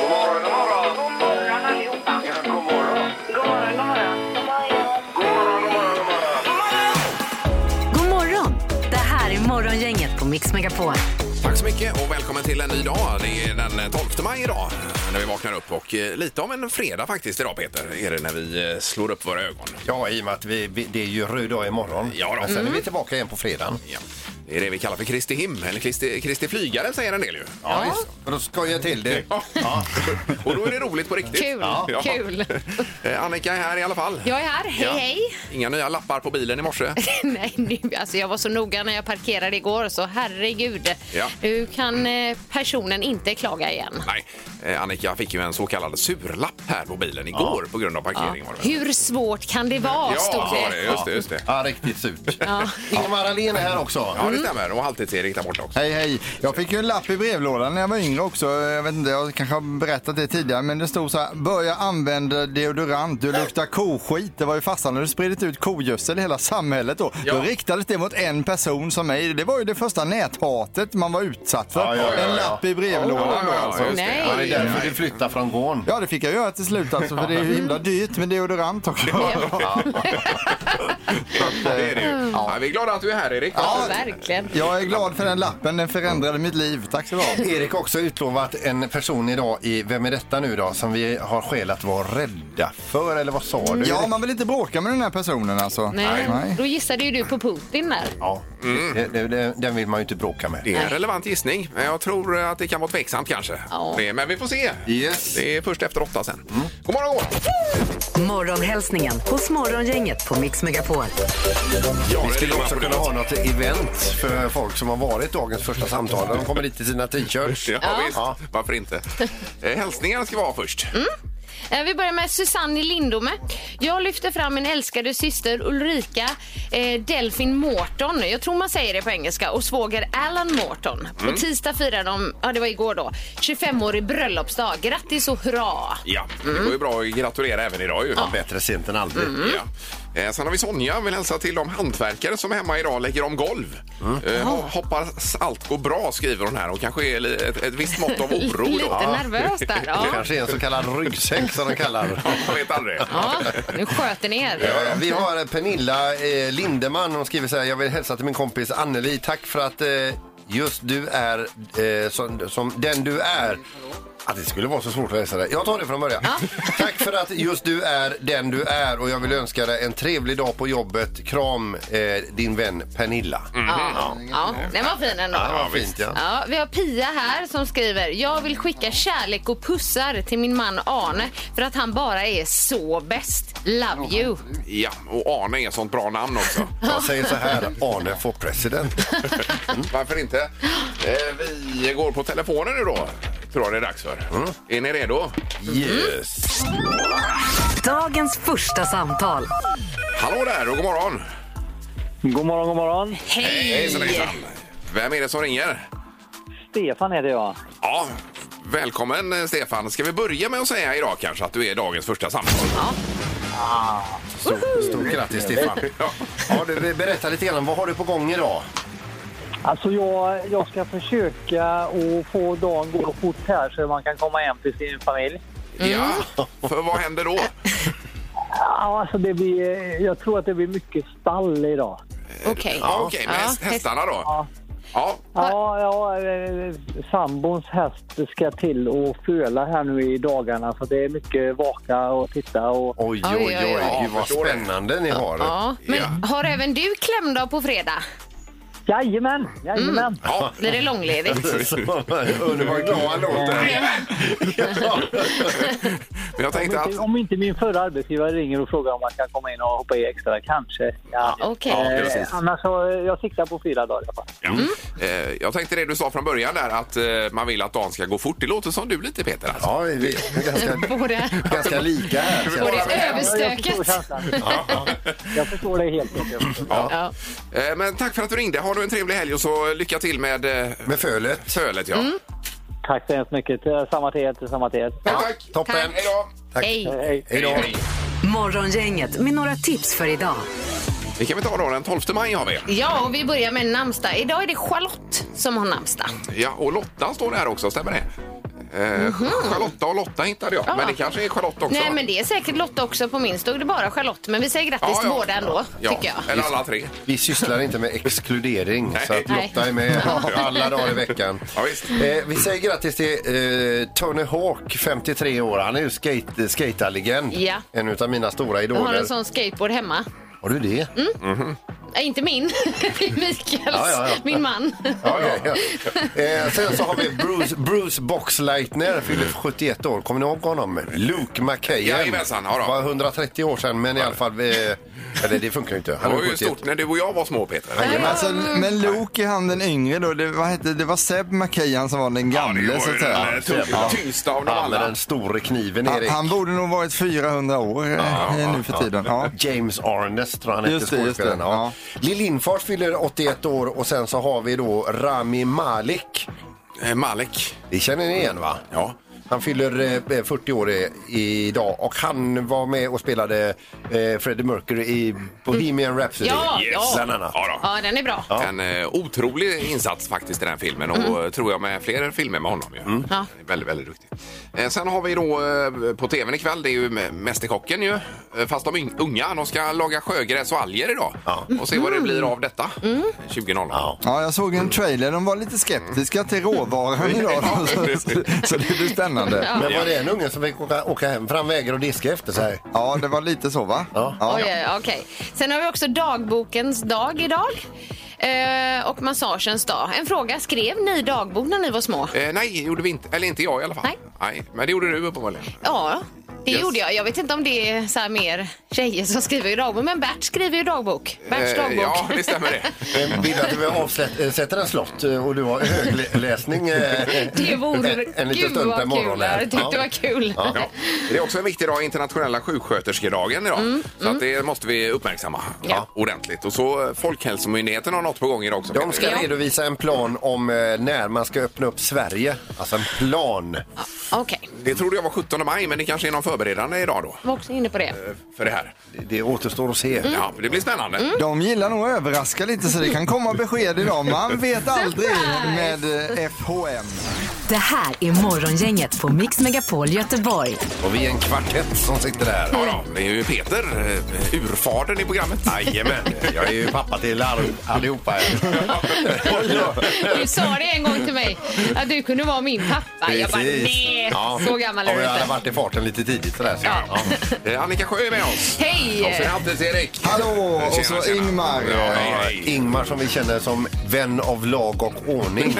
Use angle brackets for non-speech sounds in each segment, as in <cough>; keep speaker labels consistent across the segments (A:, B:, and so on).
A: God morgon, god morgon.
B: God morgon allihopa.
A: Ja, god morgon.
B: God morgon, god morgon.
A: God morgon, god
C: God
A: morgon, god morgon.
C: morgon! Det här är Morgongänget på Mix Megapol.
D: Tack så mycket och välkommen till en ny dag. Det är den 12 maj idag när vi vaknar upp och eh, lite av en fredag faktiskt idag Peter är det när vi eh, slår upp våra ögon.
E: Ja, i och med att vi, vi, det är ju röd dag imorgon.
D: Ja då. Mm.
E: Men sen är vi tillbaka igen på fredagen.
D: Ja. Det är det vi kallar för Kristi him, eller Kristi, Kristi flygaren säger en del ju.
E: Ja, visst. Och då skojar jag till det.
D: Ja. Och då är det roligt på riktigt.
F: Kul, <laughs> kul.
D: Eh, Annika är här i alla fall.
F: Jag är här, hej
D: Ja.
F: hej! <laughs>
D: Inga nya lappar på bilen i morse.
F: Nej, nu, alltså jag var så noga när jag parkerade igår så herregud.
D: Ja.
F: Nu kan eh, personen inte klaga igen.
D: Nej, eh, Annika fick ju en så kallad surlapp här på bilen igår på grund av parkeringen. var det väl?
F: Hur svårt kan det vara?
D: Ja,
F: stod
D: så var det. Just det, just det.
E: Ja, riktigt
D: <laughs>
E: surt. Ingemar Ahlén är här också.
D: Ja, det
F: Mm.
D: stämmer. Och Halvtids-Erik där borta också.
G: Hej hej! Jag fick ju en lapp i brevlådan när jag var yngre också. Jag vet inte, jag kanske har berättat det tidigare men det stod så här. Börja använda deodorant, du luktar koskit. Det var ju farsan när du spridit ut kogödsel i hela samhället då.
D: Ja.
G: Då riktades det mot en person som mig. Det var ju det första näthatet man var utsatt för.
E: Ja, ja, ja,
G: En
E: ja.
G: lapp i brevlådan
D: Ja,
G: då
D: ja,
G: alltså.
D: just det.
F: Nej.
D: Ja,
E: Det
D: det
E: är
D: är
E: därför du flyttar från gården.
G: Ja, det fick jag göra till slut alltså för det är ju himla dyrt med deodorant också.
D: Det är det
F: Mm.
D: ju. Ja, vi är glada att du är här Erik.
F: Ja, verkligen.
G: Jag är glad för den lappen, den förändrade mitt liv. Tack så mycket.
E: Erik har också utlovat en person idag i Vem är detta nu då? Som vi har skäl att vara rädda för, eller vad sa du?
G: Ja, man vill inte bråka med den här personen alltså.
F: Nej. Då gissade ju du på Putin där.
E: Ja, det, det, det, den vill man ju inte bråka med.
D: Mm. Det är en relevant gissning. men Jag tror att det kan vara tveksamt kanske.
F: Ja.
D: Det- Men vi får se.
E: Yes.
D: Det är först efter åtta sen. God morgon, god morgon.
C: Morgonhälsningen hos Morgongänget på Mix Megapol.
D: Ja,
E: Vi
D: det är
E: skulle
D: det
E: också
D: man-
E: kunna ha något event för folk som har varit dagens första samtal. De kommer dit i sina t-shirts.
D: Ja, visst.
F: <laughs>
D: Varför inte? Eh, Hälsningarna ska vara först.
F: Eh, Vi börjar med Susanne i Lindome. Jag lyfter fram min älskade syster Ulrika eh, Delfin Morton. Jag tror man säger det på engelska. Och svåger Alan Morton.
D: Mm.
F: På tisdag firar de, ja det var igår då, 25-årig bröllopsdag. Grattis och hurra!
D: Ja, det går ju bra att gratulera även idag ju.
E: Bättre sent än aldrig.
F: Mm.
D: Ja. Eh, Sen har vi Sonja. vill hälsa till de hantverkare som hemma idag lägger om golv. Eh, ho- hoppas allt går bra, skriver hon här. Och kanske är li- ett, ett visst
F: <laughs>
D: mått av oro.
F: Lite
D: då.
F: nervös där.
E: Det
D: <laughs>
F: Ja.
E: kanske är en så kallad ryggsäck som de kallar.
D: Man vet aldrig.
F: ja, nu sköter ni er.
E: Ja, ja. Vi har Pernilla eh, Lindeman. Hon skriver så här. Jag vill hälsa till min kompis Anneli. Tack för att eh, just du är eh, som, som den du är. Att det skulle vara så svårt att läsa det. Jag tar det från början. <laughs> Tack för att just du är den du är och jag vill önska dig en trevlig dag på jobbet. Kram eh, din vän Pernilla.
F: Ja, ja. Den var fin ändå.
E: Ja, vad fint, ja.
F: Mm. Ja, vi har Pia här som skriver Jag vill skicka kärlek och pussar till min man Arne för att han bara är så bäst. Love you.
D: Ja, och Arne är ett sånt bra namn också.
E: Jag säger så här. Arne får president.
D: Mm. Varför inte? Eh, vi går på telefonen nu då. Tror jag det är dags för. Mm. Är ni redo?
E: Yes.
C: Dagens första samtal.
D: Hallå där och god morgon!
H: God morgon, god morgon.
D: Hejsan, hejsan. Vem är det som ringer?
H: Stefan heter jag.
D: Ja, välkommen eh, Stefan. Ska vi börja med att säga idag kanske att du är dagens första samtal?
E: Stort, stort grattis Stefan.
D: Ja.
E: Ja, du, berätta lite grann. Vad har du på gång idag?
H: Alltså jag, jag ska försöka att få dagen gå fort här så man kan komma hem till sin familj.
D: <laughs> ja, för vad händer då?
H: Ja, alltså det blir, jag tror att det blir mycket stall idag.
F: Okej.
D: Ja, Okej, med
F: Ja,
D: häst- hästarna då? Ja,
H: Ja, ja eh, sambons häst ska till och föla här nu i dagarna så det är mycket vaka och titta och
E: Oj, oj,
F: Oj,
E: oj.
F: oj, oj.
E: Gud, vad
D: Förstår det.
E: spännande ni har. <laughs>
F: Ja, men har även du klämdag på fredag?
H: Jajamän, jajamän!
D: ja.
F: Blir det långledigt?
E: Undrar vad glad han låter.
D: Men jag tänkte
H: Om
D: att...
H: inte, om inte min förra arbetsgivare ringer och frågar om man kan komma in och hoppa i extra, kanske. Ja.
F: Okej.
D: Ja,
H: Eh,
D: precis.
H: annars så, eh, jag siktar på fyra dagar i alla fall.
D: Ja. Eh, Jag tänkte det du sa från början där att eh, man vill att dagen ska gå fort. Det låter som du lite Peter. Alltså.
E: Ja, vi är
F: <laughs>
E: ganska,
F: Både,
E: ganska lika här. känns
F: både
E: det.
H: Jag förstår
F: överstökat.
H: känslan. <laughs> Jag förstår det helt. enkelt.
F: Ja.
D: Eh, Men tack för att du ringde. Ha du en trevlig helg och så lycka till med eh,
E: Med fölet.
D: sölet. Ja.
F: Mm.
H: Tack så hemskt mycket. Eh, Samma till er, samma till er.
D: Ja, tack.
E: Toppen.
D: Hej då.
E: Tack.
F: Hej.
H: Eh, Hej.
E: Hej då.
C: Morgongänget med några tips för idag.
D: Vi kan väl ta då den 12 maj har vi.
F: Ja, och vi börjar med namnsdag. Idag är det Charlotte som har namnsdag.
D: Ja, och Lotta står där också, stämmer det? Eh, Charlotta och Lotta hittade jag,
F: Mhm. Ja.
D: men det kanske är Charlotte också.
F: Nej, men det är säkert Lotta också. På min stod det bara Charlotte, men vi säger grattis till båda ändå,
D: ja.
F: tycker jag.
D: Eller alla tre.
E: Vi sysslar inte med exkludering, så att
F: Nej.
E: Lotta är med alla dagar i veckan.
D: Ja, visst.
E: Eh, vi säger grattis till eh, Tony Hawk, 53 år. Han är ju skate, skatarlegend.
F: Ja.
E: En av mina stora
F: Jag har
E: idoler.
F: en sån skateboard hemma.
E: Har du det?
F: Nej, inte min. <laughs> Det är Mikaels,
E: Ja, ja, ja.
F: min man.
E: Ja, okej, ja. Eh, sen så har vi Bruce, Bruce Boxleitner, fyller 71 år. Kommer ni ihåg honom? Luke McKayen.
D: Jajamensan, ja då.
E: var 130 år sedan, men i alla fall... Eh, eller det funkar ju inte.
D: Det
E: Han är
D: var ju
E: 71.
D: stort när du och jag var små, Peter.
G: Men, alltså, men Luke är han den yngre då. Det, vad hette, det var Seb McKayan som var den gamle så att säga.
D: den eh, tung-
E: Ja.
D: tyngsta av dem
E: Han med
D: alla.
E: den store kniven,
G: Han,
E: Erik.
G: han borde nog varit 400 år eh, nu för tiden. Ja.
E: James Arnest tror jag han hette
G: Just det, just
E: skådespelaren.
G: det.
E: Ja. Lill Lindfors fyller 81 år och sen så har vi då Rami Malek.
D: Eh, Malek.
E: Det känner ni igen va?
D: Ja.
E: Han fyller eh, 40 år i- idag och han var med och spelade eh, Freddie Mercury i Bohemian Rhapsody.
F: Ja, ja.
E: Bland annat.
D: Ja, då.
F: Ja, den är bra.
D: En eh, otrolig insats faktiskt i den filmen och eh, tror jag med fler filmer med honom. Ju. Han är Väldigt, väldigt duktig. Eh, sen har vi då eh, på tvn ikväll, det är ju M- Mästerkocken ju. Eh, Fast de yng- unga, de ska laga sjögräs och alger idag. Och se vad det blir av detta. Eh, 20.00.
E: Ja.
G: Ja, jag såg en trailer. De var lite skeptiska till <laughs> råvaran idag.
D: Ja,
G: Så, så, så det blir spännande.
E: Men var det en unge som fick åka, åka hem fram vägar och diska efter sig?
G: Ja, det var lite så va?
E: Ja.
F: Oj, oj, okej. Sen har vi också dagbokens dag idag. Eh, och massagens dag. En fråga, skrev ni dagbok när ni var små?
D: Eh, nej, gjorde vi inte. Eller inte jag i alla fall.
F: Nej.
D: men det gjorde du uppenbarligen.
F: Ja, det
D: Yes.
F: gjorde jag. Jag vet inte om det är så här mer tjejer som skriver i dagbok, men Bert skriver ju dagbok. Berts
D: Eh,
F: dagbok.
D: ja, det stämmer det.
E: Eh, Vill att vi avsätter en slott eh, och du har högläsning eh,
F: <laughs> <laughs> Det vore...
E: en, en liten
F: Gud,
E: stund
F: vad
E: per morgon.
F: kul. Jag
E: här.
F: tyckte det var kul.
E: Ja.
D: Ja. Det är också en viktig dag, internationella sjuksköterskedagen idag. så att det måste vi uppmärksamma ja. ordentligt. Och så eh, Folkhälsomyndigheten har något på gång idag också.
E: De ska
D: Peter.
E: redovisa en plan om eh, när man ska öppna upp Sverige. Alltså en plan.
F: Okej,
D: Det trodde jag var 17 maj, men det kanske är någon förberedande idag då
F: var också inne på det.
E: <laughs>
D: för det här.
E: Det återstår att se.
F: Mm.
D: Ja, det blir spännande.
G: De gillar nog att överraska lite så det kan komma besked idag. Man vet aldrig med eh, FHM.
C: Det här är Morgongänget på Mix Megapol Göteborg.
E: Och vi är en kvartett som sitter där.
D: Ja, då, det är ju Peter, eh, urfadern i programmet.
E: Jajamän, jag är ju pappa till all- allihopa här.
F: Du sa det en gång till mig, att du kunde vara min pappa. Jag bara, nej,
E: Ja.
F: så gammal
E: Ja,
F: är du
E: jag hade
F: inte.
E: varit i farten lite tidigt sådär. Så. Ja.
D: Eh, Annika Sjö är med oss. Och så
F: Hej!
D: Hattes Erik.
G: Hallå!
D: Tjena,
G: Och så
D: tjena.
G: Ingmar.
D: Ja, hej,
E: Ja,
D: hej.
E: Ingmar som vi känner som vän av lag och ordning.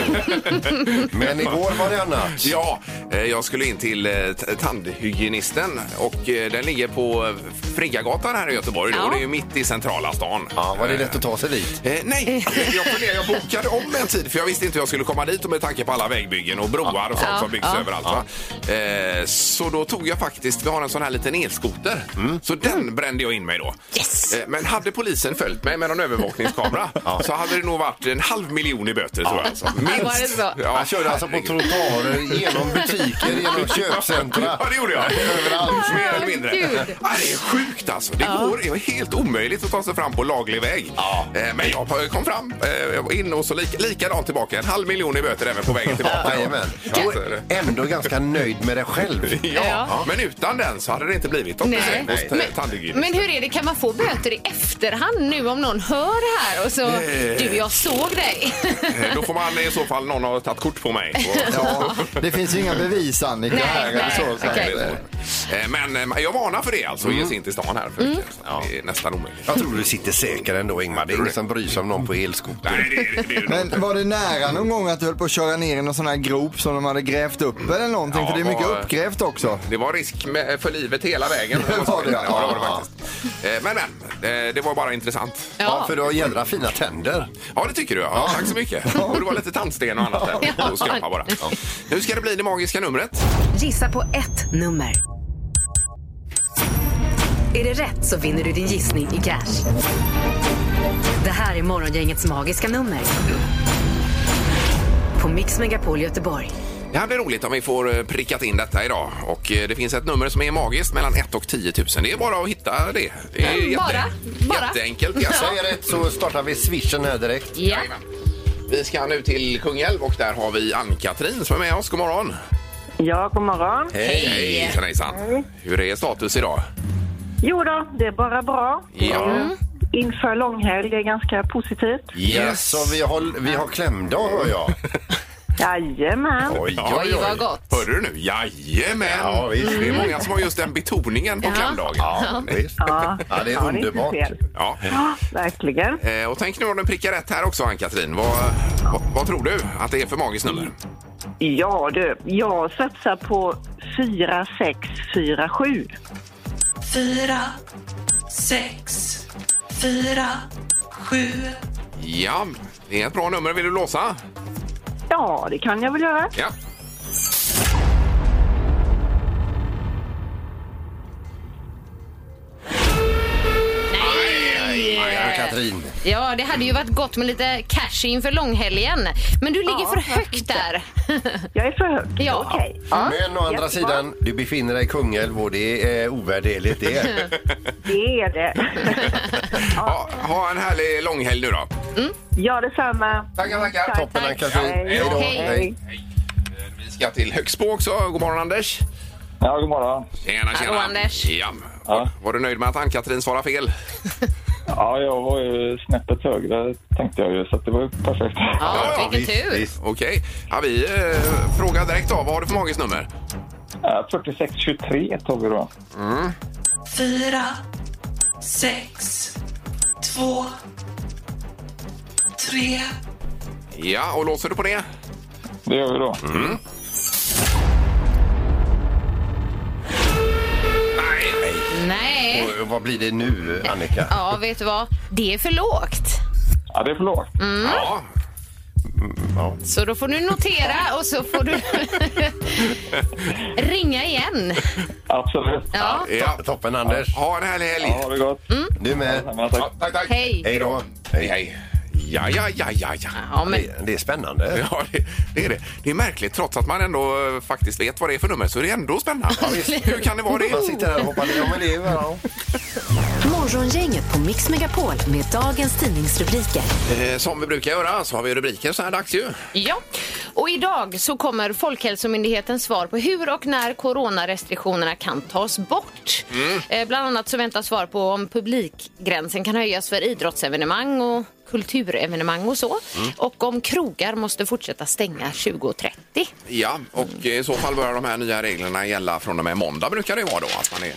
E: Men igår var det annat.
D: Ja, eh, jag skulle in till eh, t- tandhygienisten och eh, den ligger på eh, Friggagatan här i Göteborg. Då.
F: Ja.
D: Det är ju mitt i centrala stan.
E: Ja, var det lätt att ta sig dit?
D: Eh, nej, jag, funderar, jag bokade om en tid för jag visste inte hur jag skulle komma dit och med tanke på alla vägbyggen och broar och sånt
F: Ja,
D: som byggs
F: ja.
D: överallt. Va? Eh, så då tog jag faktiskt, vi har en sån här liten elskoter,
E: Mm.
D: så den brände jag in mig då.
F: Yes.
D: Eh, men hade polisen följt mig med någon övervakningskamera så hade det nog varit en halv miljon i böter tror jag. Alltså. Minst.
F: Var det så?
D: Ja,
E: Han körde alltså på
D: herregud.
E: trottoarer, genom butiker, genom köpcentra.
D: Ja, det gjorde jag.
E: Överallt.
D: Mer eller mindre.
F: Gud.
D: Ja, det är sjukt alltså. Det går det är helt omöjligt att ta sig fram på laglig väg. Eh, Men jag kom fram, eh, jag var in och så lik, likadant tillbaka. En halv miljon i böter även på vägen tillbaka.
E: Jajamän.
D: Ja, så är det.
E: Ändå ganska nöjd med dig själv.
D: Ja,
F: Ja.
D: men utan den så hade det inte blivit något
F: Nej.
D: besök hos
F: Men-
D: eh,
E: liksom.
D: tandhygienisten.
F: Men hur är det, kan man få böter i efterhand nu om någon hör här och så,
D: Eh.
F: du jag såg dig. <laughs>
D: Eh, Då får man i så fall någon ha tagit kort på mig.
G: Ja, det finns ju inga bevis Annika
F: Nej,
G: här.
F: nej,
G: eller Så, så.
F: okej.
D: Eh, Men eh, jag varnar för det alltså, att ge sig in till stan här. För Det är nästan omöjligt.
E: Jag tror du sitter säker ändå Ingmar. Det är ingen som bryr sig om någon på elskoter.
D: Nej, det, det, det, det,
G: Men var det nära någon gång att du höll på att köra ner i någon sån här grop som de hade grävt upp eller någonting?
D: Ja,
G: För det är mycket
D: var-
G: uppgrävt också.
D: Det var risk med, för livet hela vägen.
G: <laughs> Det var det, ja.
D: det var det faktiskt. Eh, Men, men. eh, Det var bara intressant.
E: Ja, för du har jädra fina tänder.
D: Ja, det tycker du. Ja. Tack så mycket. Och det var lite tandsten och annat där.
F: Ja.
D: Och skrapa bara. Ja. Nu ska det bli det magiska numret.
C: Gissa på ett nummer. Är det rätt så vinner du din gissning i cash. Det här är Morgongängets magiska nummer. På Mix Megapol Göteborg.
D: Det här blir roligt om vi får eh, prickat in detta idag. Och eh, det finns ett nummer som är magiskt mellan 1 och 10 000. Det är bara att hitta det. det är
F: Mm, bara, bara.
D: Jätteenkelt. Yes.
E: Säger rätt så startar vi swishen här direkt.
F: Ja.
D: Jajamän. Vi ska nu till Kungälv och där har vi Ann-Katrin som är med oss. God morgon.
B: Ja, god morgon.
E: Hej!
D: Hejsan, hejsan. Hur är status idag?
B: Jo då, det är bara bra.
F: Mm.
D: Ja.
B: Inför långhelg, det är ganska positivt.
E: Yes. Så vi har, vi har klämdag hör jag. <laughs>
B: Jajamän.
E: Oj,
F: Oj, vad gott.
D: Hörde du nu? Jajamän!
E: Ja, visst.
D: Det är många som har just den betoningen på
F: Ja.
D: klämdagen.
E: Ja, visst.
B: Ja.
E: Ja, det är
B: Ja, det är inte
E: underbart.
B: fel.
D: Ja.
B: Ja, verkligen.
D: Eh, Och tänk nu om den prickar rätt här också, Ann-Katrin. Vad, vad, vad tror du att det är för magiskt nummer?
B: Ja du, jag satsar på 4647.
D: Ja, det är ett bra nummer. Vill du låsa?
B: Ja, det kan jag väl göra.
D: Ja. Nej, nej, nej.
E: Katrin.
F: Ja, det hade ju varit gott med lite cash inför långhelgen. Men du ligger
B: Ja,
F: för högt där.
B: Jag är för hög.
F: Ja.
B: Okej.
E: Men å andra
B: Jättebra.
E: sidan, du befinner dig i Kungälv och det är ovärderligt det.
B: Det
F: <laughs>
B: är det.
D: Ha, ha en härlig långhelg nu då.
B: Ja, detsamma.
E: Tackar, tackar. Toppen
B: tack.
E: Ann-Katrin.
B: Hej.
E: Hej då.
F: Hej.
E: Hej.
D: Eh, Vi ska till Högsbo också. God morgon, Anders.
I: Ja, god morgon.
D: Tjena, tjena.
F: Hallå, Anders.
D: Ja.
I: Ja.
D: Var du nöjd med att Ann-Katrin svarade fel?
I: Ja, jag var ju snäppet högre tänkte jag ju, så att det var ju perfekt.
F: Ja,
D: ja,
F: vilken
E: visst,
F: tur.
E: visst.
D: Okej. Ja, vi eh, frågar direkt av. Vad har du för magiskt nummer?
I: Ja, 4623 tog vi då.
D: Ja, och låser du på det?
I: Det gör vi då.
F: Mm.
D: Nej, nej.
F: Nej.
E: Och Vad blir det nu, Annika?
F: Ja, vet du vad? Det är för lågt.
I: Ja, det är för lågt.
F: Mm.
D: Ja,
F: Så då får du notera och så får du ringa igen.
I: Absolut.
F: Ja,
D: ja.
E: Toppen, Anders.
D: Ha en härlig helg.
I: Ja, ha det gott.
F: Mm.
E: Du med.
I: Ja, tack.
D: Tack, tack.
F: hej.
E: Hej då.
D: Hej, hej. Ja, ja, ja, ja, ja.
F: Ja, men
E: Det- Det är spännande.
D: Ja, det, det är det. Det är märkligt. Trots att man ändå eh, faktiskt vet vad det är för nummer så är det ändå spännande.
F: <laughs>
D: Hur kan det vara det?
E: Man sitter här och hoppar ner. Ja, men det är ja.
C: Morgongänget på Mix Megapol med dagens tidningsrubriker.
D: Eh, Som vi brukar göra så har vi rubriker så här dags ju.
F: Ja, och idag så kommer Folkhälsomyndighetens svar på hur och när coronarestriktionerna kan tas bort. Eh, Bland annat så väntas svar på om publikgränsen kan höjas för idrottsevenemang och kulturevenemang och så. Och om krogar måste fortsätta stänga 20.30.
D: Ja, och i så fall börjar de här nya reglerna gälla från och med måndag brukar det vara då. Att man är...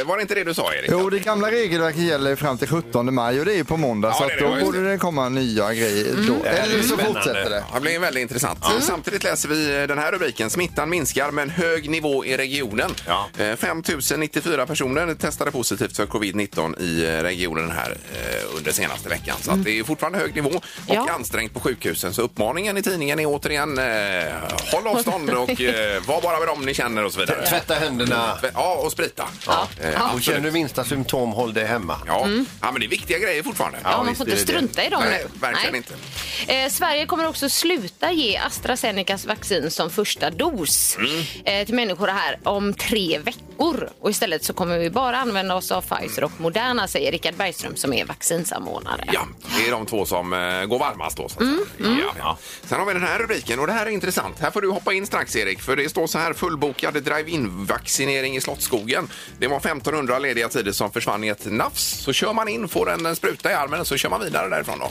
D: Eh, Var det inte det du sa Erik?
G: Jo, det gamla regelverket gäller fram till 17 maj och det är ju på måndag
D: Ja,
G: så
D: det är
G: att
D: det,
G: då
D: ja, just
G: borde det komma nya grejer då. Eller så fortsätter det.
D: Ja, Det blir väldigt intressant. Samtidigt läser vi eh, den här rubriken. Smittan minskar men hög nivå i regionen.
E: Ja.
D: Eh, 5 094 personer testade positivt för covid-19 i eh, regionen här eh, under senaste veckan. Så att det är fortfarande hög nivå och
F: Mm. Ja.
D: ansträngt på sjukhusen. Så uppmaningen i tidningen är återigen eh, håll avstånd och eh, var bara med dem ni känner och så vidare.
E: Tvätta händerna.
D: Ja, och sprita. Ja. Eh,
E: Och
D: absolut.
E: känner du minsta symptom, håll dig hemma.
D: Ja. ja, men det är viktiga grejer fortfarande.
F: Mm. Ja, man får inte
E: visst är det
F: strunta i dem
D: Nej,
F: nu.
D: verkligen inte.
F: Eh, Sverige kommer också sluta ge AstraZenecas vaccin som första dos eh, till människor här om tre veckor. Och istället så kommer vi bara använda oss av Pfizer och Moderna, säger Richard Bergström som är vaccinsamordnare.
D: Ja, det är de två som eh, går varmast då. Så att
G: Mm,
D: säga. Ja, ja. Sen har vi den här rubriken och det här är intressant. Här får du hoppa in strax Erik, för det står så här fullbokad drive-in-vaccinering i Slottsskogen. Det var 1500 lediga tider som försvann i ett nafs. Så kör man in, får en, en spruta i armen så kör man vidare därifrån då.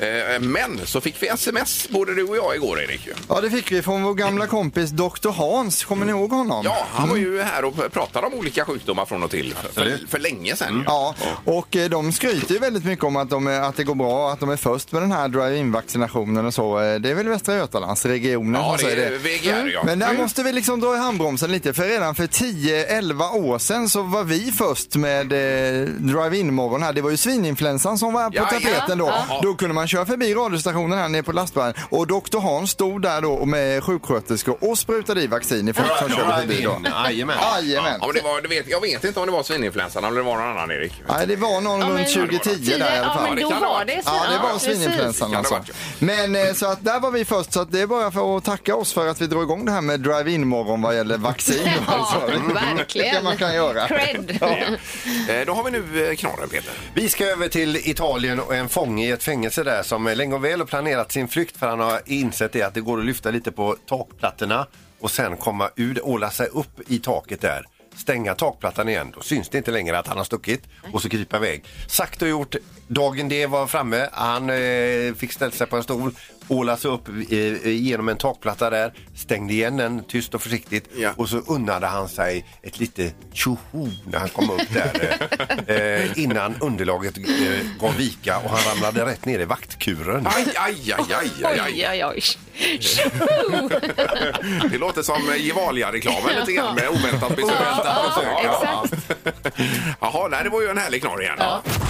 G: Mm.
D: Eh, men så fick vi sms både du och jag igår Erik. ju.
G: Ja, det fick vi från vår gamla kompis Dr. Hans. Kommer ni ihåg honom?
D: Ja, han var ju
G: Mm.
D: här och pratade om olika sjukdomar från och till för, för, för länge sedan. ju.
G: Ja, och eh, de skryter ju väldigt mycket om att, de, är- att det går bra, att de är först med den här drive-in-vaccinationen och så. Eh, Det är väl Västra Götalandsregionen
D: Ja,
G: som
D: det
G: säger
D: är VGR ja.
G: Men där
D: Mm.
G: måste vi liksom dra i handbromsen lite för redan för 10-11 år sedan så var vi först med eh, drive-in morgon här. Det var ju svininfluensan som var på
D: Ja, ja.
G: tapeten då.
D: Ja.
G: Då kunde man köra förbi radiostationen här nere på lastbilen och doktor Hans stod där då med sjuksköterskor och sprutade i vaccin i folk som körde förbi då.
E: Jajamän.
G: Jajamän.
D: Ja, men det var, det vet, jag vet inte om det var svininfluensan eller om det var någon annan Erik.
G: Nej, det var någon
F: men-
G: runt 2010 där i alla fall.
F: Ja, men
D: Ja, det
F: då
D: kan det ha
F: var det.
D: varit.
G: Ja, det var
F: precis.
G: svininfluensan
D: Det kan det
G: alltså.
D: varit,
G: Men eh, så att där var vi först, så att det är bara för att tacka oss för att vi drog igång det här med drive-in morgon vad gäller
D: <laughs>
G: vaccin.
F: <laughs>
G: Alltså.
F: Ja,
D: Mm.
F: verkligen.
G: Det man kan göra.
F: Cred.
D: Eh, Då har vi nu eh, knorren Peter.
E: Vi ska över till Italien och en fånge i ett fängelse där som länge och väl har planerat sin flykt för han har insett det att det går att lyfta lite på takplattorna och sen komma ur det och lassa upp i taket där. Stänga takplattan igen, då syns det inte längre att han har stuckit och så krypa iväg. Sagt och gjort, dagen det var framme, han eh, fick ställa sig på en stol, åla sig upp eh, genom en takplatta där, stängde igen den tyst och försiktigt
D: Ja.
E: och så unnade han sig ett lite tjoho när han kom upp där eh, eh, innan underlaget eh, gav vika och han ramlade rätt ner i vaktkuren.
D: Aj, aj, aj, aj, aj, aj.
F: Oj, oj, oj.
D: Det låter som eh, Gevalia-reklamen lite grann med oväntat besök.
F: Ja, ja,
D: Jaha, nej, det var ju en härlig knorr igen.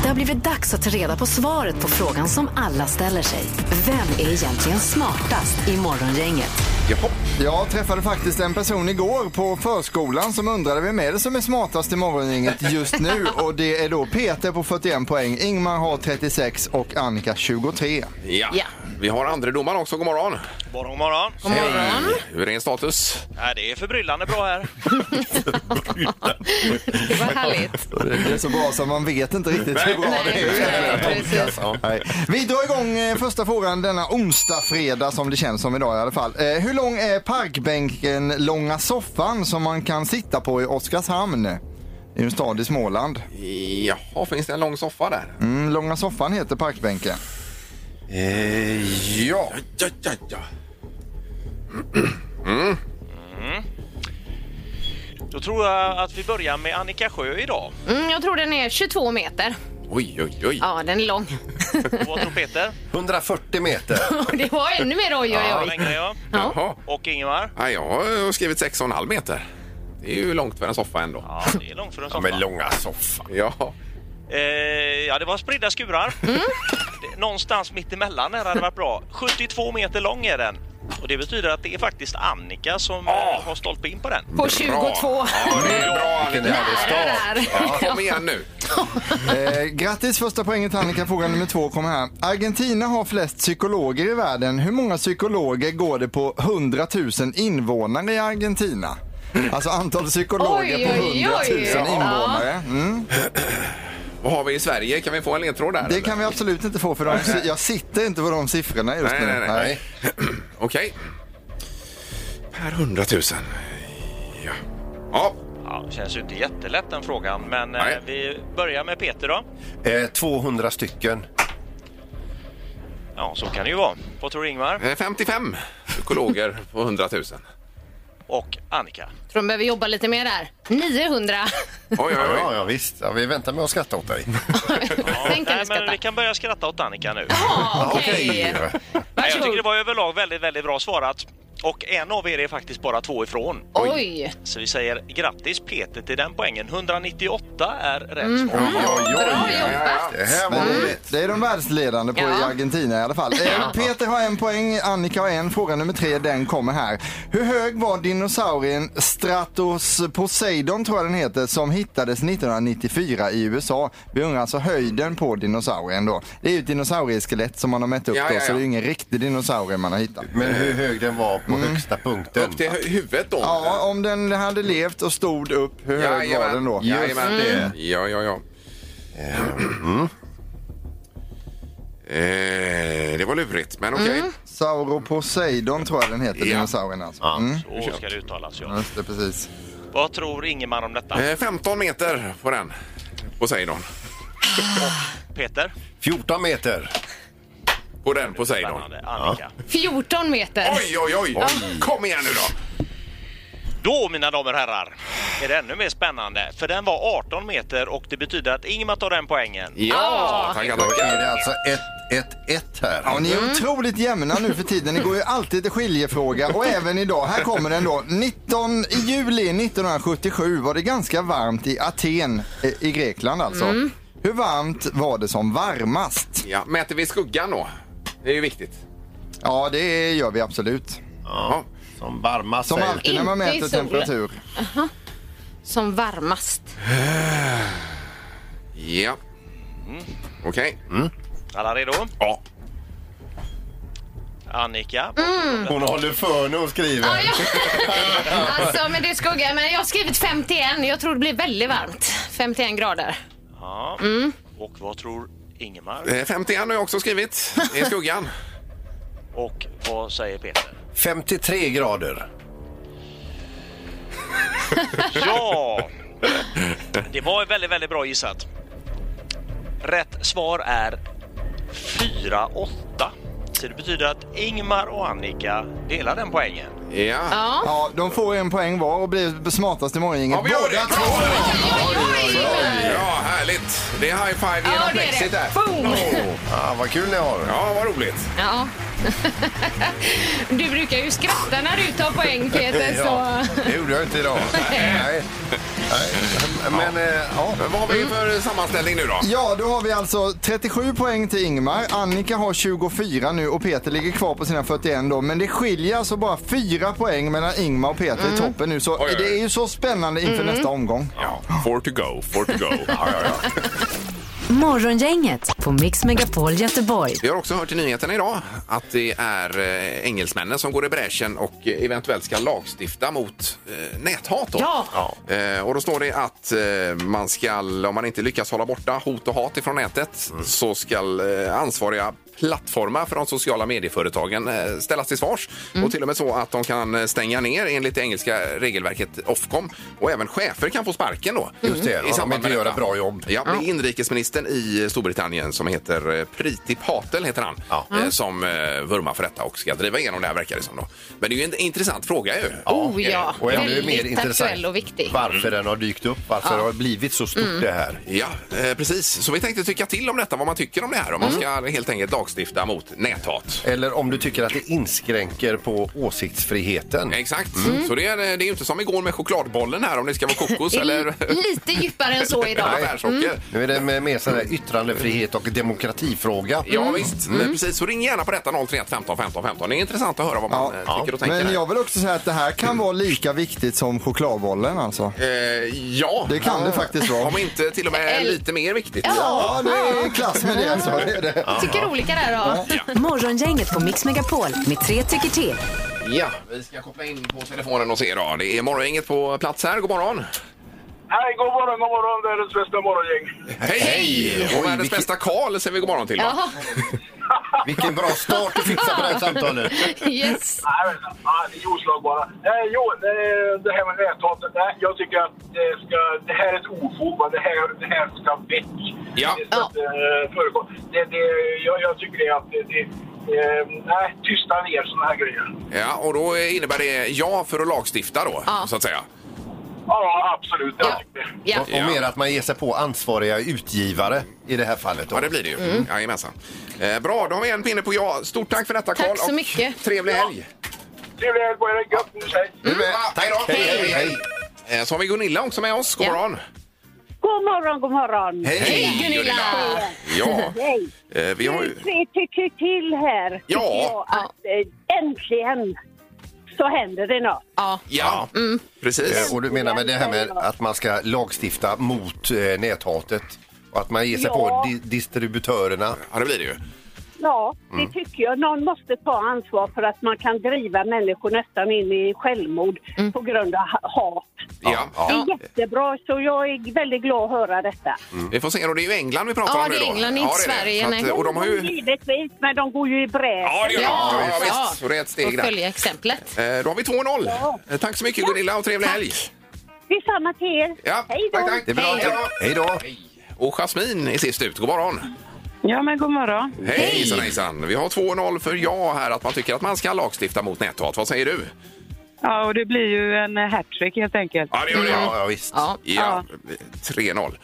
C: Det har blivit dags att ta reda på svaret på frågan som alla ställer sig. Vem är egentligen smartast i Morgongänget?
D: Jaha.
G: Jag träffade faktiskt en person igår på förskolan som undrade vem är det som är smartast i morgongänget just nu
F: <laughs>
G: och det är då Peter på 41 poäng, Ingmar har 36 och Annika 23.
D: Ja.
F: Ja.
D: Vi har andre domaren också. God morgon.
J: Morgon, god morgon.
F: God morgon.
D: Hur är din status?
J: Nej, det är förbryllande bra här.
F: Det var härligt.
G: Det är så bra så man vet inte riktigt hur bra det är.
F: Nej, precis.
G: Nej. Vi drar igång eh, första frågan denna onsdag, fredag som det känns som idag i alla fall. Eh, Hur lång är parkbänken långa soffan som man kan sitta på i Oskarshamn? Det är ju en stad i Småland.
D: Jaha, finns det en lång soffa där?
G: Mm, långa soffan heter parkbänken.
E: Eh, ja,
D: Ja, ja, ja.
J: Då tror jag att vi börjar med Annika Sjö idag.
F: Mm, jag tror den är 22 meter.
D: Oj, oj, oj.
F: Ja, den är lång. <laughs>
J: Vad tror Peter?
E: 140 meter.
F: Det var ännu mer oj, oj,
J: Vad
F: oj.
J: längre jag?
D: Jaha.
J: Och Ingemar?
D: Nej, jag har skrivit 6,5 meter. Det är ju långt för en soffa ändå.
J: Ja, det är långt för en
E: Ja,
J: soffa.
E: men långa soffa.
D: Ja,
J: eh, ja, det var spridda skurar. Det- Någonstans mitt emellan här hade varit bra. 72 meter lång är den. Och det betyder att det är faktiskt Annika som
D: Ah.
J: eh, har stolpe in på den.
F: På 22.
D: ja det är bra Annika.
F: Där, där.
D: Ja, kom igen nu.
G: Eh, grattis första poängen till Annika. Fråga nummer två kommer här. Argentina har flest psykologer i världen. Hur många psykologer går det på 100 000 invånare i Argentina? Alltså antal psykologer
F: Oj,
G: på
F: oj,
G: 100 000
F: oj. Ja.
G: invånare. Mm.
D: Vad har vi i Sverige? Kan vi få en ledtråd där?
G: Det
D: eller?
G: kan vi absolut inte få för de, jag sitter inte på de siffrorna just
D: Nej,
G: nu.
D: nej, nej.
E: Nej.
D: <clears throat> Okej. Per 100 000. Ja. ja.
J: Ja, det känns ju inte jättelätt den frågan, men eh,
D: Nej.
J: vi börjar med Peter då.
E: Eh, 200 stycken.
J: Ja, så kan det ju vara. Vad tror Ingmar?
D: Eh, 55 psykologer på 100 000.
J: Och Annika?
F: Tror de behöver jobba lite mer där. 900.
D: Oj, oj, oj.
E: Ja, ja visst. Ja, vi väntar med att skratta åt dig.
F: Sen kan
J: Nej,
F: du
J: men
F: skratta.
J: vi kan börja skratta åt Annika nu.
F: Ja, Okej.
J: Nej, jag tycker det
F: Varsågod.
J: var överlag väldigt, väldigt bra svarat. Och en av er är faktiskt bara två ifrån.
F: Oj.
J: Så vi säger grattis Peter till den poängen. 198 är rätt svar.
E: Oj, oj, oj.
F: Bra jobbat.
E: Det här var
G: Men
D: Mm.
E: roligt.
G: det, det är de världsledande på
F: Ja.
G: i Argentina i alla fall. Eh, Peter har en poäng, Annika har en. Fråga nummer tre, den kommer här. Hur hög var dinosaurien Stratos Poseidon, tror jag den heter, som hittades 1994 i USA? Vi undrar alltså höjden på dinosaurien då. Det är ju ett dinosaurieskelett som man har mätt upp
D: Ja,
G: då,
D: ja,
G: så
D: ja.
G: det är ju ingen riktig dinosaurie man har hittat.
E: Men hur hög den var på högsta punkten.
D: Upp till hu- huvudet då?
G: Ja, om den hade levt och stod upp, hur hög var
D: Jajamän.
G: den då?
D: Jajamän.
E: Just det.
D: Ja, ja, ja.
G: Ehm.
D: Eh, det var lurigt, men okej.
G: Sauroposeidon tror jag den heter,
D: Ja.
G: dinosaurien alltså.
E: Ja.
G: Mm.
J: Så ska det uttalas ja.
G: Just det, precis.
J: Vad tror Ingemar om detta?
D: Eh, 15 meter på den. Poseidon.
J: Peter?
E: 14 meter.
D: På den Poseidon.
J: Spännande. Annika.
F: 14 meter.
D: Oj, oj, oj! Kom igen nu då!
J: Då mina damer och herrar är det ännu mer spännande. För den var 18 meter och det betyder att Ingemar tar den poängen.
D: Ja! Tackar,
E: Då är
D: tackar.
E: det alltså 1-1-1 här.
G: Ja, ni är
F: Mm.
G: otroligt jämna nu för tiden. Det går ju alltid till skiljefråga och även idag. Här kommer den då. 19 i juli 1977 var det ganska varmt i Aten eh, i Grekland alltså.
F: Mm.
G: Hur varmt var det som varmast?
D: Ja, mäter vi skuggan då? Det är ju viktigt.
G: Ja, det gör vi absolut.
E: Ja, som varma
G: Som
E: säger.
G: alltid när man
F: Inte i
G: mäter
F: sol.
G: temperatur.
F: Som varmast.
D: Ja. Okej.
J: Alla redo?
D: Ja.
J: Annika?
G: Mm.
E: Hon håller för när hon skriver.
F: Ja, ja. Alltså, men det är skugga. Men jag har skrivit 51. Jag tror det blir väldigt varmt. 51 grader.
J: Ja. Och vad tror Ingemar?
D: Eh, 51 har jag också skrivit i skuggan.
J: Och vad säger Peter?
E: 53 grader.
J: Ja! Det var väldigt, väldigt bra gissat. Rätt svar är 4-8. Så det betyder att Ingmar och Annika delar den poängen.
D: Ja.
F: Ja.
G: Ja, de får en poäng var och blir smartast i morgongänget.
D: Ja, vi gör det!
G: Båda
D: Bra!
G: två!
D: Ja, härligt! Det är high five
F: Ja,
D: genom
F: det är det.
D: Brexit där.
F: Boom!
E: Ah, vad kul ni har.
D: Ja, vad roligt.
F: Ja. <laughs> Du brukar ju skratta när du tar poäng Peter.
E: Ja,
F: Så.
E: det gjorde jag inte
F: <laughs>
E: idag. Nej. Nej. Men eh, ja.
D: Men vad har vi för sammanställning nu då?
G: Ja, då har vi alltså 37 poäng till Ingmar. Annika har 24 nu och Peter ligger kvar på sina 41 då. Men det skiljer alltså bara 4 poäng mellan Ingmar och Peter i toppen nu. Så
D: oj, oj.
G: det är ju så spännande inför nästa omgång.
D: Ja, four to go, four to go. Ja, ja, ja.
C: Morgongänget på Mix Megapol Göteborg.
D: Vi har också hört i nyheterna idag att det är eh, engelsmännen som går i bräschen och eh, eventuellt ska lagstifta mot eh, näthat. Då.
F: Ja.
D: Eh, och då står det att eh, man ska, om man inte lyckas hålla borta hot och hat ifrån nätet
E: Mm.
D: så ska eh, ansvariga plattformar för de sociala medieföretagen eh, ställas till svars. Och till och med så att de kan eh, stänga ner enligt det engelska regelverket Ofcom. Och även chefer kan få sparken då.
E: Just det, om de
D: samband
E: inte
D: med
E: gör
D: detta.
E: ett bra jobb.
D: Ja, det är inrikesministern i Storbritannien som heter eh, Priti Patel heter han. eh, Som eh, vurmar för detta och ska driva igenom det här verkar det som då. Men det är ju en intressant fråga ju.
F: Oh ja,
E: Och ännu
F: väldigt
E: mer
F: aktuell
E: intressant
F: och viktig. Mm.
E: varför den har dykt upp, varför det har blivit så stort det här.
D: Ja, eh, precis. Så vi tänkte tycka till om detta, vad man tycker om det här. Om
G: Mm.
D: man ska helt enkelt lagstifta mot näthat.
E: Eller om du tycker att det inskränker på åsiktsfriheten.
G: Mm.
D: Exakt. Så det är, det är ju inte som igår med chokladbollen här om det ska
G: <laughs>
D: vara kokos
F: Det är
D: eller
F: <laughs> Lite djupare än så idag.
D: eller bärsocker.
E: Nu är det med- mer sån här yttrandefrihet och demokratifråga.
D: Ja
G: Mm.
D: visst, Men precis. Så ring gärna på detta 031 15 15 15. Det är intressant att höra vad man
G: Ja.
D: eh, tycker och tänker.
G: Men
D: här.
G: jag vill också säga att det här kan vara lika viktigt som chokladbollen alltså.
D: Eh, ja.
G: Det kan
D: ja.
G: det faktiskt vara.
D: Om inte till och med
F: Eller-
D: lite mer viktigt.
G: Ja, det är klass med det alltså. Det är det.
F: Tycker olika där då.
C: Morgongänget på Mix Megapol med tre tycker till.
D: Ja, vi ska koppla in på telefonen och se då. Det är morgongänget på plats här. God morgon!
A: Hej, god morgon, god morgon. Det är det bästa morgongäng.
D: Hej! Och världens bästa Karl säger vi god morgon till. Va?
F: Ja,
E: Vilken bra start du fixar på det här samtalet.
F: <laughs> yes.
A: Nej, men ah, det är oslagbara. Eh, jo, eh, det här med näthatet. Nej, jag tycker att det, ska, det här är ett ofog. va. Det här, det här ska väck.
D: Ja.
A: Det ska inte eh, förekomma. Det, det, jag, jag tycker det att det... det eh, nej, tysta ner såna här grejer.
D: Ja, och då innebär det ja för att lagstifta då,
F: Ja.
D: så att säga.
A: Ja, absolut. Jag
F: Ja.
A: tycker det.
F: Ja.
E: Och, och mer att man ger sig på ansvariga utgivare i det här fallet. Då.
D: Ja, det blir det ju. Jajamensan. Eh, bra, då har vi en pinne på ja. Stort tack för detta
F: Tack
D: Karl.
F: så
D: och
F: mycket.
D: Trevlig helg! Mm.
A: Trevlig helg på er. Gött nu, tjej.
E: Du med.
D: Hej då!
E: Hej, hej, hej.
D: Eh, Så har vi Gunilla också med oss. God
F: Ja.
D: morgon!
B: God morgon, god morgon.
D: Hej
F: Gunilla.
D: Ja,
B: Hej.
D: eh, vi har ju...
B: Tre tycker till här. tycker
D: Ja.
B: jag Att, eh, äntligen så händer det något.
F: Ja.
D: Ja, precis.
E: Eh, Och du menar med det här med att man ska lagstifta mot eh, näthatet och att man ger sig
B: Ja.
E: på di- distributörerna.
D: Ja, det blir det ju.
B: Ja,
D: Mm.
B: det tycker jag. Någon måste ta ansvar för att man kan driva människor nästan in i självmord på grund av ha- hat.
D: Ja.
B: Det är jättebra, så jag är väldigt glad att höra detta.
D: Vi får se. Och det är ju England vi pratar
F: Ja,
D: om nu
F: det är
D: då.
F: England, inte
D: det är det.
F: Sverige,
D: Så
F: nej.
D: Att, Mm. och de har ju...
B: Givetvis, men de går ju i bräschen.
D: Ja, det gör de. Ja, ja,
F: Ja.
D: visst. Så det är ett
F: Och
D: steg där.
F: följa exemplet.
D: Eh, Då har vi 2-0. Eh, Tack så mycket Gunilla och trevlig helg.
B: Detsamma till er.
D: Ja,
B: Hej då!
D: tack, tack.
E: Det är bra.
D: Hej då.
E: Hej då!
D: Och Jasmin är sist ut. God morgon!
B: Ja, men god morgon.
D: Hej hejsan, hejsan! Vi har 2-0 för ja här, att man tycker att man ska lagstifta mot näthat. Vad säger du?
B: Ja, och det blir ju en hattrick helt enkelt.
D: Ja, det gör det. Ja.
E: Ja, ja, visst.
F: Ja.
D: Mm. Ja, 3-0.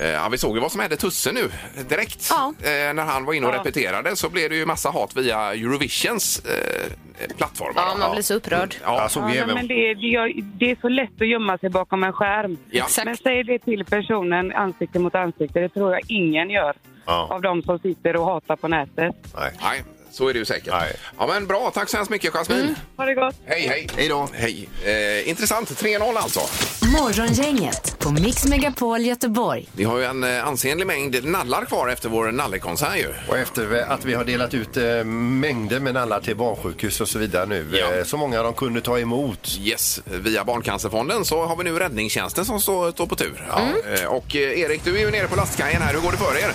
D: Eh, Ja, vi såg ju vad som hände Tusse nu direkt.
F: Ja.
D: Eh, när han var inne och repeterade så blev det ju massa hat via Eurovisions eh, plattform.
F: Ja, man blir så upprörd.
E: Jag såg ju
B: Ja, nej, men
E: även...
B: det, det, jag, det är så lätt att gömma sig bakom en skärm.
D: Ja.
B: Men
F: Exakt.
B: säg det till personen ansikte mot ansikte. Det tror jag ingen gör
E: Ja.
B: av de som sitter och hatar på nätet.
E: Nej.
D: Nej, så är det ju säkert.
E: Nej.
D: Ja, men bra, tack så hemskt mycket Jasmin.
B: Ha det gott!
D: Hej, hej. Hej då. Hej. Eh, intressant, 3-0 alltså.
C: Morgongänget på Mix Megapol Göteborg.
D: Vi har ju en eh, ansenlig mängd nallar kvar efter vår nallekonsert ju.
E: Och efter att vi har delat ut eh, mängder med nallar till barnsjukhus och så vidare nu,
D: Ja.
E: eh, så många de kunde ta emot.
D: Yes, via Barncancerfonden så har vi nu räddningstjänsten som står, står på tur. Ja. Eh, Och eh, Erik, du är ju nere på lastkajen här. Hur går det för er?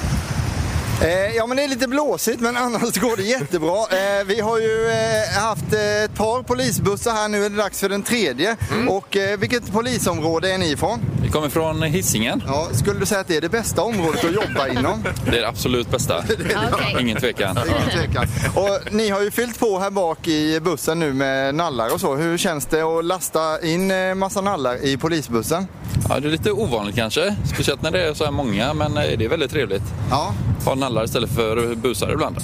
G: Eh, ja, men det är lite blåsigt, men <laughs> annars går det jättebra. Eh, vi har ju eh, haft eh, ett par polisbussar här. Nu är det dags för den tredje. Och eh, vilket polisområde är ni ifrån?
K: Mm. Vi kommer från Hisingen.
G: Ja, skulle du säga att det är det bästa området att jobba inom?
K: <laughs> Det är det absolut
G: <laughs>
K: bästa.
F: Okej.
K: Ingen tvekan.
G: Ingen tvekan. Och ni har ju fyllt på här bak i bussen nu med nallar och så. Hur känns det att lasta in eh, massa nallar i polisbussen?
K: Ja, det är lite ovanligt kanske, speciellt när det är så här många, men eh, det är väldigt trevligt.
G: Ja.
K: Ha nallar istället för busar ibland.
G: <laughs>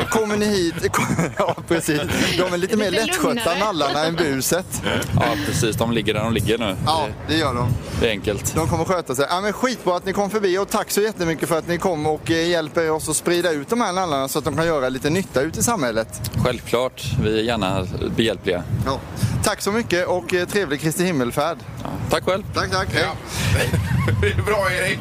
G: Eh, Kommer ni hit... <laughs> Ja, precis. De är lite mer
F: Lite
G: lättskötta
F: lugnare.
G: nallarna än buset.
K: Ja, precis. De ligger där de ligger nu.
G: Ja, det gör de.
K: Det är enkelt.
G: De kommer sköta sig. Ja, men skitbra att ni kom förbi och tack så jättemycket för att ni kom och eh, hjälper oss att sprida ut de här nallarna så att de kan göra lite nytta ute i samhället.
K: Självklart, vi är gärna behjälpliga.
G: Ja. Tack så mycket och eh, trevlig Kristi himmelfärd.
K: Tack själv.
G: Tack, tack.
D: Ja. <laughs> Det är bra, Erik.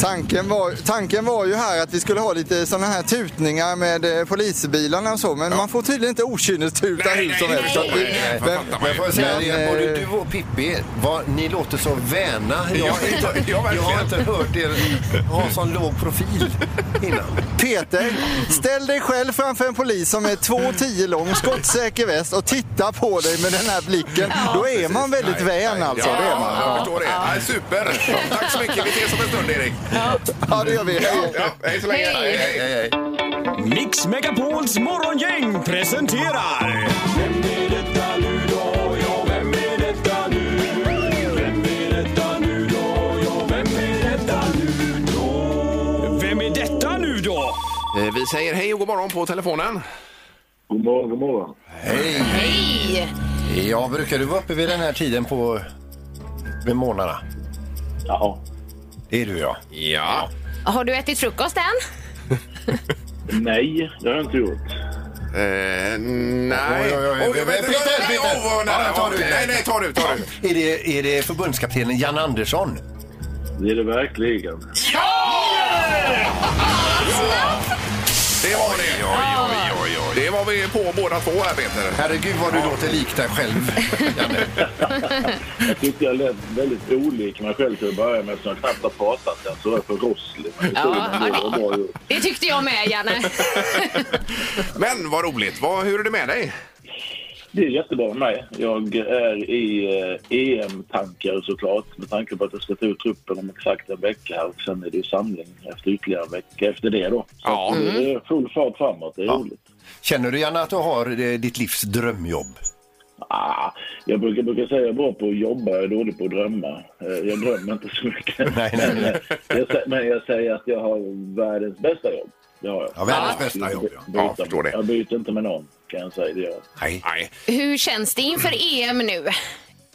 G: Tanken, var, tanken var ju här att vi skulle ha lite sådana här tutningar med eh, polisbilarna och så, men man får tydligen inte okynnestuta hur som helst. Så att vi-
D: Det fattar man
E: Men
D: ju.
E: får jag säga
G: Men,
E: det, att både
G: eh,
E: du och Pippi, vad, ni låter så väna. Jag, har inte-
D: ja, verkligen.
E: jag har inte hört er ha sån låg profil innan.
G: Peter, ställ dig själv framför en polis som är 2,10 lång, skottsäker väst och titta på dig med den här blicken. Då är man väldigt vän alltså.
D: Ja,
G: Det är man.
D: jag förstår det. Nej, super. Tack så mycket. Vi ses om en stund, Erik.
G: Ja, det gör vi. Hej.
D: Ja, hej så länge.
F: Hej.
D: Hej, hej, hej.
E: Hej, hej.
L: Mix Megapols morgongäng presenterar... Vem är detta nu då? Ja, vem är detta nu? Vem är detta nu då? Ja, vem är detta nu då? Vem är detta nu då?
D: Eh, Vi säger hej och god morgon på telefonen.
I: God morgon, god morgon.
F: Hej!
E: Ja, brukar du vara uppe vid den här tiden på vid morgnarna?
I: Ja.
E: Det är du ja.
D: Ja.
F: Har du ätit frukost än?
I: Nej, det har jag inte gjort.
D: Eh, nej.
E: Oj, oj, oj.
D: Oj, vänta,
E: Peter,
D: nej,
E: Peter.
D: åh, vad nära
E: Ja, tar du.
D: var. Nej, nej, ta du, ta du.
E: Är det, är det förbundskaptenen Jan Andersson?
I: Det är det verkligen.
D: Det var det. Det var vi på båda två här, Peter.
E: Herregud vad du låter lik dig själv. <laughs> Janne.
I: Jag tyckte jag lät väldigt olik mig själv till att börja med eftersom jag knappt har pratat än. Så det är för rosslig. Men jag tror
F: Ja,
I: att det var bra gjort.
F: Det tyckte jag med, Janne.
D: Men vad roligt. Vad, hur är det med dig?
I: Det är jättebra med mig. Jag är i eh, EM-tankar såklart med tanke på att jag ska ta ut truppen om exakt en vecka här och sen är det ju samling efter ytterligare en vecka efter det då. Så
D: Ja.
I: att
E: Mm.
I: det är full fart framåt, det är roligt.
E: Känner du Janne att du har eh, ditt livs drömjobb?
I: Ah, jag brukar, brukar säga att jag är bra på att jobba, jag är dålig på att drömma. Eh, Jag drömmer inte så mycket.
E: <laughs>
I: eh,
E: Nej, nej, nej.
I: Jag, sä- men jag säger att jag har världens bästa jobb. Det har jag.
E: Ja, världens bästa jobb ja.
D: Ja, jag förstår det.
I: Jag byter inte med någon, kan jag säga. Det, gör jag.
E: Nej.
D: Nej.
F: Hur känns det inför EM nu?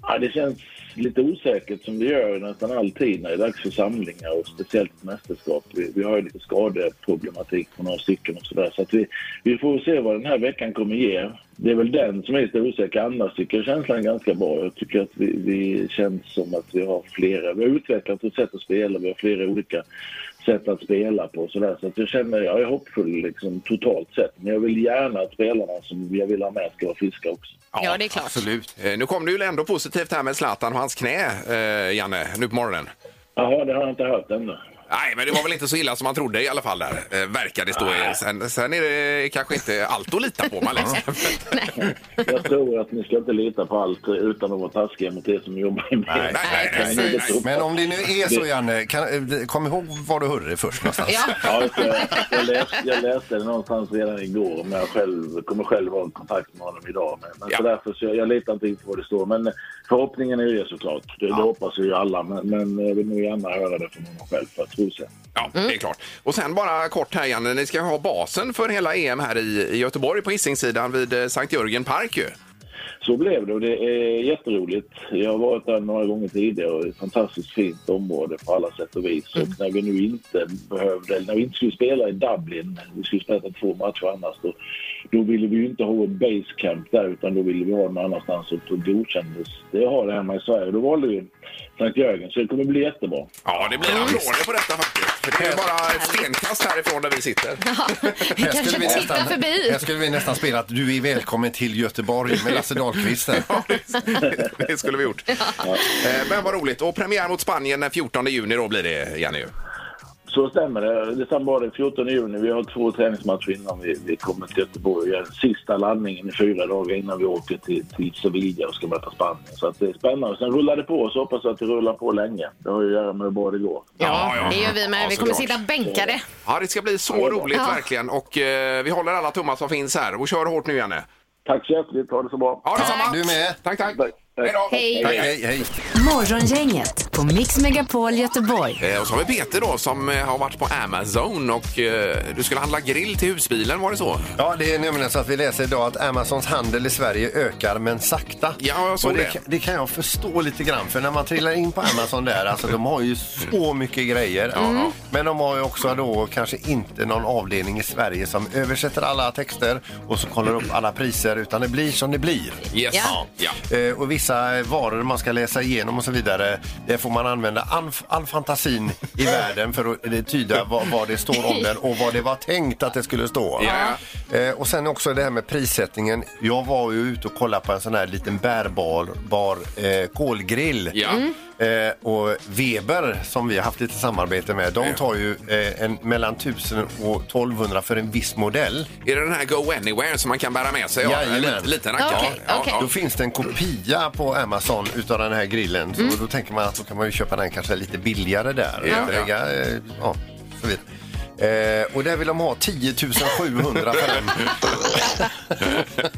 I: ja, det känns lite osäkert som det gör nästan alltid när det är dags för samlingar och speciellt ett mästerskap. Vi, vi har ju lite skadeproblematik på några stycken och sådär. Så att vi, vi får se vad den här veckan kommer ge. Det är väl den som är lite osäker. Annars tycker jag känslan är ganska bra. Jag tycker att vi, vi känns som att vi har flera... Vi har utvecklat ett sätt att spela. Vi har flera olika sätt att spela på och sådär. Så att jag känner, jag är hoppfull liksom, totalt sett. Men jag vill gärna att spelarna som jag vill ha med ska vara friska också.
F: Ja, det är klart.
D: Absolut. Eh, Nu kom det ju ändå positivt här med Zlatan och hans knä, eh, Janne, nu på morgonen.
I: Jaha, det har jag inte hört ännu.
D: Nej, men det var väl inte så illa som man trodde i alla fall där, eh, verkar det stå. i. Sen, sen är det kanske inte allt att
E: <laughs>
D: lita på man liksom. läser.
I: Jag tror att ni ska inte lita på allt utan att vara taskiga mot er som jobbar med
E: Nej,
D: nej,
F: nej,
I: det är
F: precis.
I: så.
E: Men om det nu är så Janne, kan, eh, kom ihåg var du hörde det först någonstans.
F: Ja.
I: Ja, just det. jag, läste, jag läste det någonstans redan igår, men jag själv, kommer själv ha kontakt med honom idag. Men, men
D: Ja.
I: så därför så jag, jag litar inte riktigt på vad det står. Men eh, förhoppningen är ju det såklart. Det, det hoppas ju alla. Men, men eh, jag vill nog gärna höra det från honom själv för att tro sig.
D: Ja,
F: Mm.
D: det är klart. Och sen bara kort här Janne, ni ska ha basen för hela EM här i, i Göteborg på Hisingssidan vid eh, Sankt Jörgen Park ju.
I: Så blev det och det är jätteroligt. Jag har varit där några gånger tidigare och det är ett fantastiskt fint område på alla sätt och vis. Och när vi nu inte behövde, eller när vi inte skulle spela i Dublin, vi skulle spela två matcher annars, då, då ville vi ju inte ha ett basecamp där utan då ville vi ha det någon annanstans och då godkändes det att ha det hemma i Sverige. Då valde vi Sankt Jörgen så det kommer bli jättebra.
D: Ja, det
F: Mm.
D: blir applåder på detta faktiskt. För det är bara ett stenkast härifrån där vi sitter.
F: Vi kanske tittar förbi.
E: här skulle vi nästan spela att du är välkommen till Göteborg med Lasse Dahlqvist. där.
D: <laughs> Det skulle vi gjort. Eh, Men vad roligt. Och premiär mot Spanien den 14 juni då blir det, Jenny. ju.
I: Så stämmer det. Detsamma var det 14 juni. Vi har två träningsmatcher innan vi, vi kommer till Göteborg. Vi gör sista landningen i fyra dagar innan vi åker till, till Sevilla och ska möta Spanien. Så att det är spännande. Sen rullar det på, så hoppas jag att det rullar på länge. Det har ju att göra med hur bra det går.
F: Ja, det gör vi med. Vi kommer sitta bänkade.
D: Ja, det ska bli så roligt
F: Ja.
D: verkligen. Och eh, vi håller alla tummar som finns här. Och kör hårt nu, Janne.
I: Tack så hjärtligt. Ha det så bra.
D: Ja, detsamma.
E: Du med.
D: Tack, tack.
F: Hej.
E: Hej, hej, hej.
C: Morgongänget på Mix Megapol Göteborg.
D: Eh, Och så har vi Peter då som eh, har varit på Amazon och eh, du skulle handla grill till husbilen, var det så?
E: Ja, det är nämligen så att vi läser idag att Amazons handel i Sverige ökar men sakta.
D: Ja, jag såg
E: Och det,
D: det.
E: kan- det kan jag förstå lite grann för när man trillar in på Amazon där, alltså de har ju så mycket grejer.
D: Mm.
E: Men de har ju också då kanske inte någon avdelning i Sverige som översätter alla texter och så kollar upp alla priser utan det blir som det blir.
D: Yes.
F: Ja.
D: ja.
E: Eh, Och vissa varor man ska läsa igenom och så vidare, där får man använda all, all fantasin i världen för att eh, tyda vad, vad det står om den och vad det var tänkt att det skulle stå. Eh, Och sen också det här med prissättningen. Jag var ju ute och kollade på en sån här liten bärbar bar, eh, kolgrill.
D: Ja. Mm.
E: Eh, och Weber, som vi har haft lite samarbete med, de tar ju eh, en, mellan 1000 och 1200 för en viss modell.
D: Är det den här Go Anywhere som man kan bära med sig?
E: Jajamän.
D: en lit- liten rackare.
F: Okej, okej.
E: Då finns det en kopia på Amazon utav den här grillen.
F: Mm.
E: Så då tänker man att då kan man ju köpa den kanske lite billigare där.
D: Ja.
E: Lägga, eh, ja, så vidare. Eh, och där vill de ha 10 700 för den.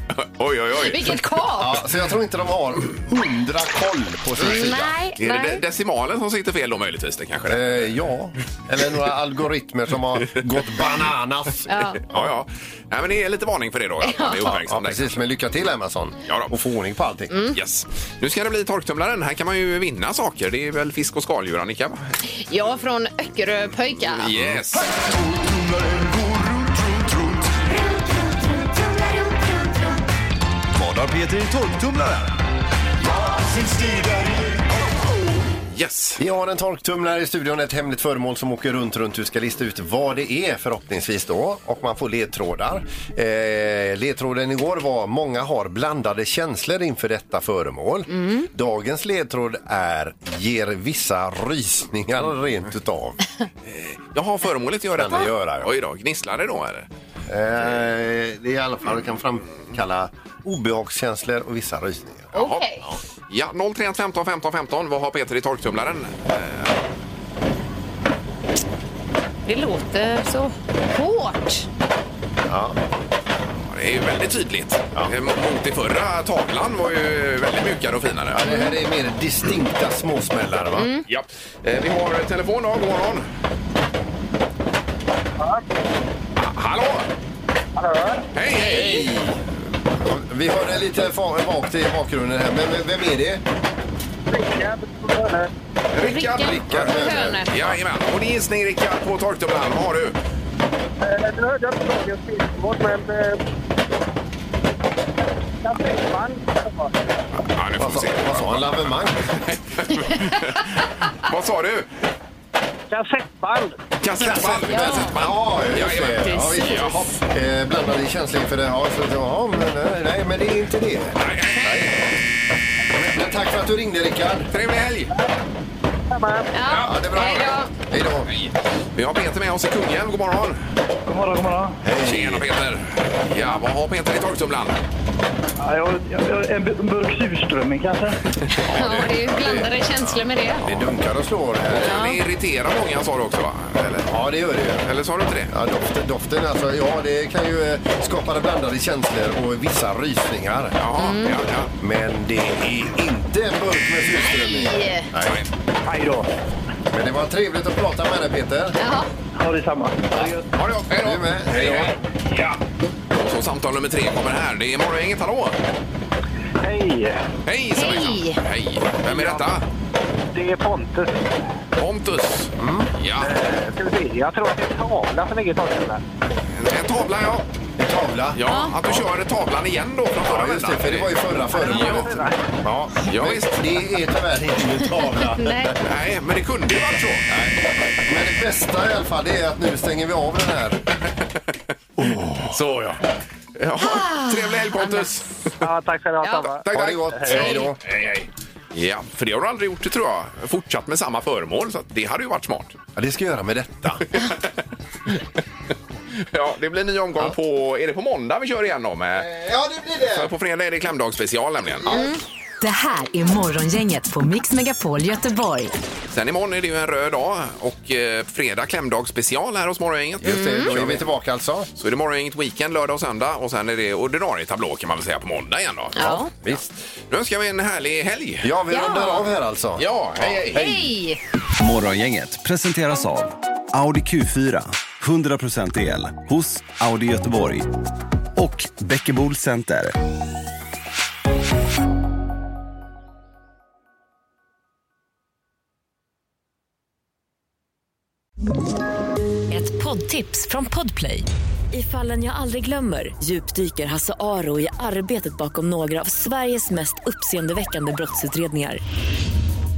D: <laughs>
F: <laughs>
D: Oj, oj, oj.
F: Vilket kap!
E: Ja, så jag tror inte de har 100 koll på sin sida.
F: Nej,
D: Är det de-
F: nej.
D: decimalen som sitter fel då möjligtvis? Det kanske det är.
E: Eh, ja, eller några algoritmer som har gått bananas.
F: Ja.
D: Ja, ja. Nej, men det är lite varning för det då. Att man är
E: Ja,
D: uppmärksam. där.
E: precis. Men lycka till Amazon
D: Ja då.
E: och få ordning på allting.
F: Mm.
D: Yes. Nu ska det bli torktumlaren. Här kan man ju vinna saker. Det är väl fisk och skaldjur, Annika? va?
F: Ja, från Öckerö pojkar.
D: Yes.
L: Vad har Peter i torktumlaren?
D: Yes.
E: Vi har en torktumlare i studion, ett hemligt föremål som åker runt, runt. Du ska lista ut vad det är förhoppningsvis då och man får ledtrådar. Eh, ledtråden igår var många har blandade känslor inför detta föremål. Dagens ledtråd är ger vissa rysningar rent utav.
D: Jaha, föremålet gör detta.
E: Kan det göra, ja.
D: Oj då. Gnisslar det då, eller?
E: Eh, det är i alla fall kan framkalla obehagskänslor och vissa rysningar.
D: Jaha.
F: Okej.
D: Ja, 031 15 15 15. Vad har Peter i torktumlaren?
F: Det låter så hårt.
D: Ja, Det är ju väldigt tydligt. Eh, Mot i förra tavlan var ju väldigt mjukare och finare.
E: Ja, det här är mer distinkta småsmällare va?
D: Ja. Eh, Vi har telefon då. God morgon. Ah, Hallå! Hej, hej!
E: Vi hörde lite fa- vagt i bakgrunden här, men vem- vem är det?
D: Rickard!
F: Rickard Hörner.
D: Jajamän. Och det är gissning, Rickard, på torktumlaren. Vad har du?
A: Nu hörde jag inte dagens filmvård, men...
D: Ja, nu får
E: Vad
D: vi
E: sa,
D: se.
E: vad sa han? Lavemang?
D: Vad sa du?
A: Kassettband!
D: Kassettband! Kassettband.
E: Ja, just
D: Jajamän.
E: det. Ja, visst.
D: Jaha.
E: Eh, blandade känslor inför det. Ja, så, ja, men, nej, nej, men det är inte det.
D: Nej, nej,
E: Men tack för att du ringde, Rickard.
D: nej. Trevlig helg!
E: Ja, det är bra.
F: Hej då.
E: Hej då.
D: Vi har Peter med oss i Kungälv. God morgon!
H: God morgon, god morgon.
D: Hej. Tjena Peter! Ja, vad har Peter i torktumlaren?
H: Ja, jag, jag, jag, en bu- burk surströmming kanske?
F: Ja, det är blandade känslor med det.
E: Det dunkar och slår här.
D: Det irriterar många sa du också va? Eller,
E: Ja, det gör det ju.
D: eller sa du inte det?
E: Ja, doften, doften alltså, ja det kan ju eh, skapa blandade känslor och vissa rysningar.
D: Jaha, ja, ja.
E: Men det är inte en burk med surströmming.
F: Nej.
E: Nej.
H: Hej då.
E: Men det var trevligt att prata med dig Peter.
F: Ja,
H: Ha detsamma.
D: Ha det gott!
E: Du
D: Hej då!
E: är med. Hej då.
D: Ja. Och så samtal nummer tre kommer här. Det är Morgongänget, hallå!
H: Hej!
D: Hej! sa vi.
F: Hej.
D: Hej! Vem är detta?
H: Det är Pontus.
D: Pontus.
E: Mm.
D: Ja,
H: Ska vi se, jag tror att det är Tavla som ligger i taket.
D: en tavla ja.
E: En tavla.
D: Ja, att du kör tavlan igen då från förra
E: Ja, just det,
D: vändan.
E: för det var ju förra föremålet.
D: Ja.
E: Ja,
D: Ja, visst.
E: Det är tyvärr inte en tavla.
F: nej.
D: Nej, men det kunde ju varit så.
E: <laughs> Men det bästa i alla fall det är att nu stänger vi av den här.
D: Så ja. ja. Trevlig helg Pontus!
H: Ja, tack ska ni ha.
F: Ja.
E: Tack, tack. Ha det gott. Hej då.
D: Hej, hej. Ja, för det har du aldrig gjort, tror jag. Fortsatt med samma föremål, så att det hade ju varit smart.
E: Ja, det ska jag göra med detta.
D: <laughs> ja, det blir en ny omgång på... Är det på måndag vi kör igen då? Med,
G: Ja, det blir
D: för på fredag är det klämdagsspecial nämligen.
C: Det här är Morgongänget på Mix Megapol Göteborg.
D: Sen imorgon är det ju en röd dag och eh, fredag klämdagsspecial här hos Morgongänget.
E: Just det, då är vi tillbaka alltså.
D: Så är det Morgongänget Weekend lördag och söndag och sen är det ordinarie tablå kan man väl säga på måndag igen då.
F: Ja.
E: Visst.
D: Nu önskar vi en härlig helg.
E: Ja, vi
F: Ja.
E: rundar av här alltså.
D: Ja, hej hej!
F: Hej!
L: Morgongänget presenteras av Audi Q4, 100% el hos Audi Göteborg och Bäckebol Center.
M: Ett poddtips från Podplay. I fallen jag aldrig glömmer djupdyker Hasse Aro i arbetet bakom några av Sveriges mest uppseendeväckande brottsutredningar.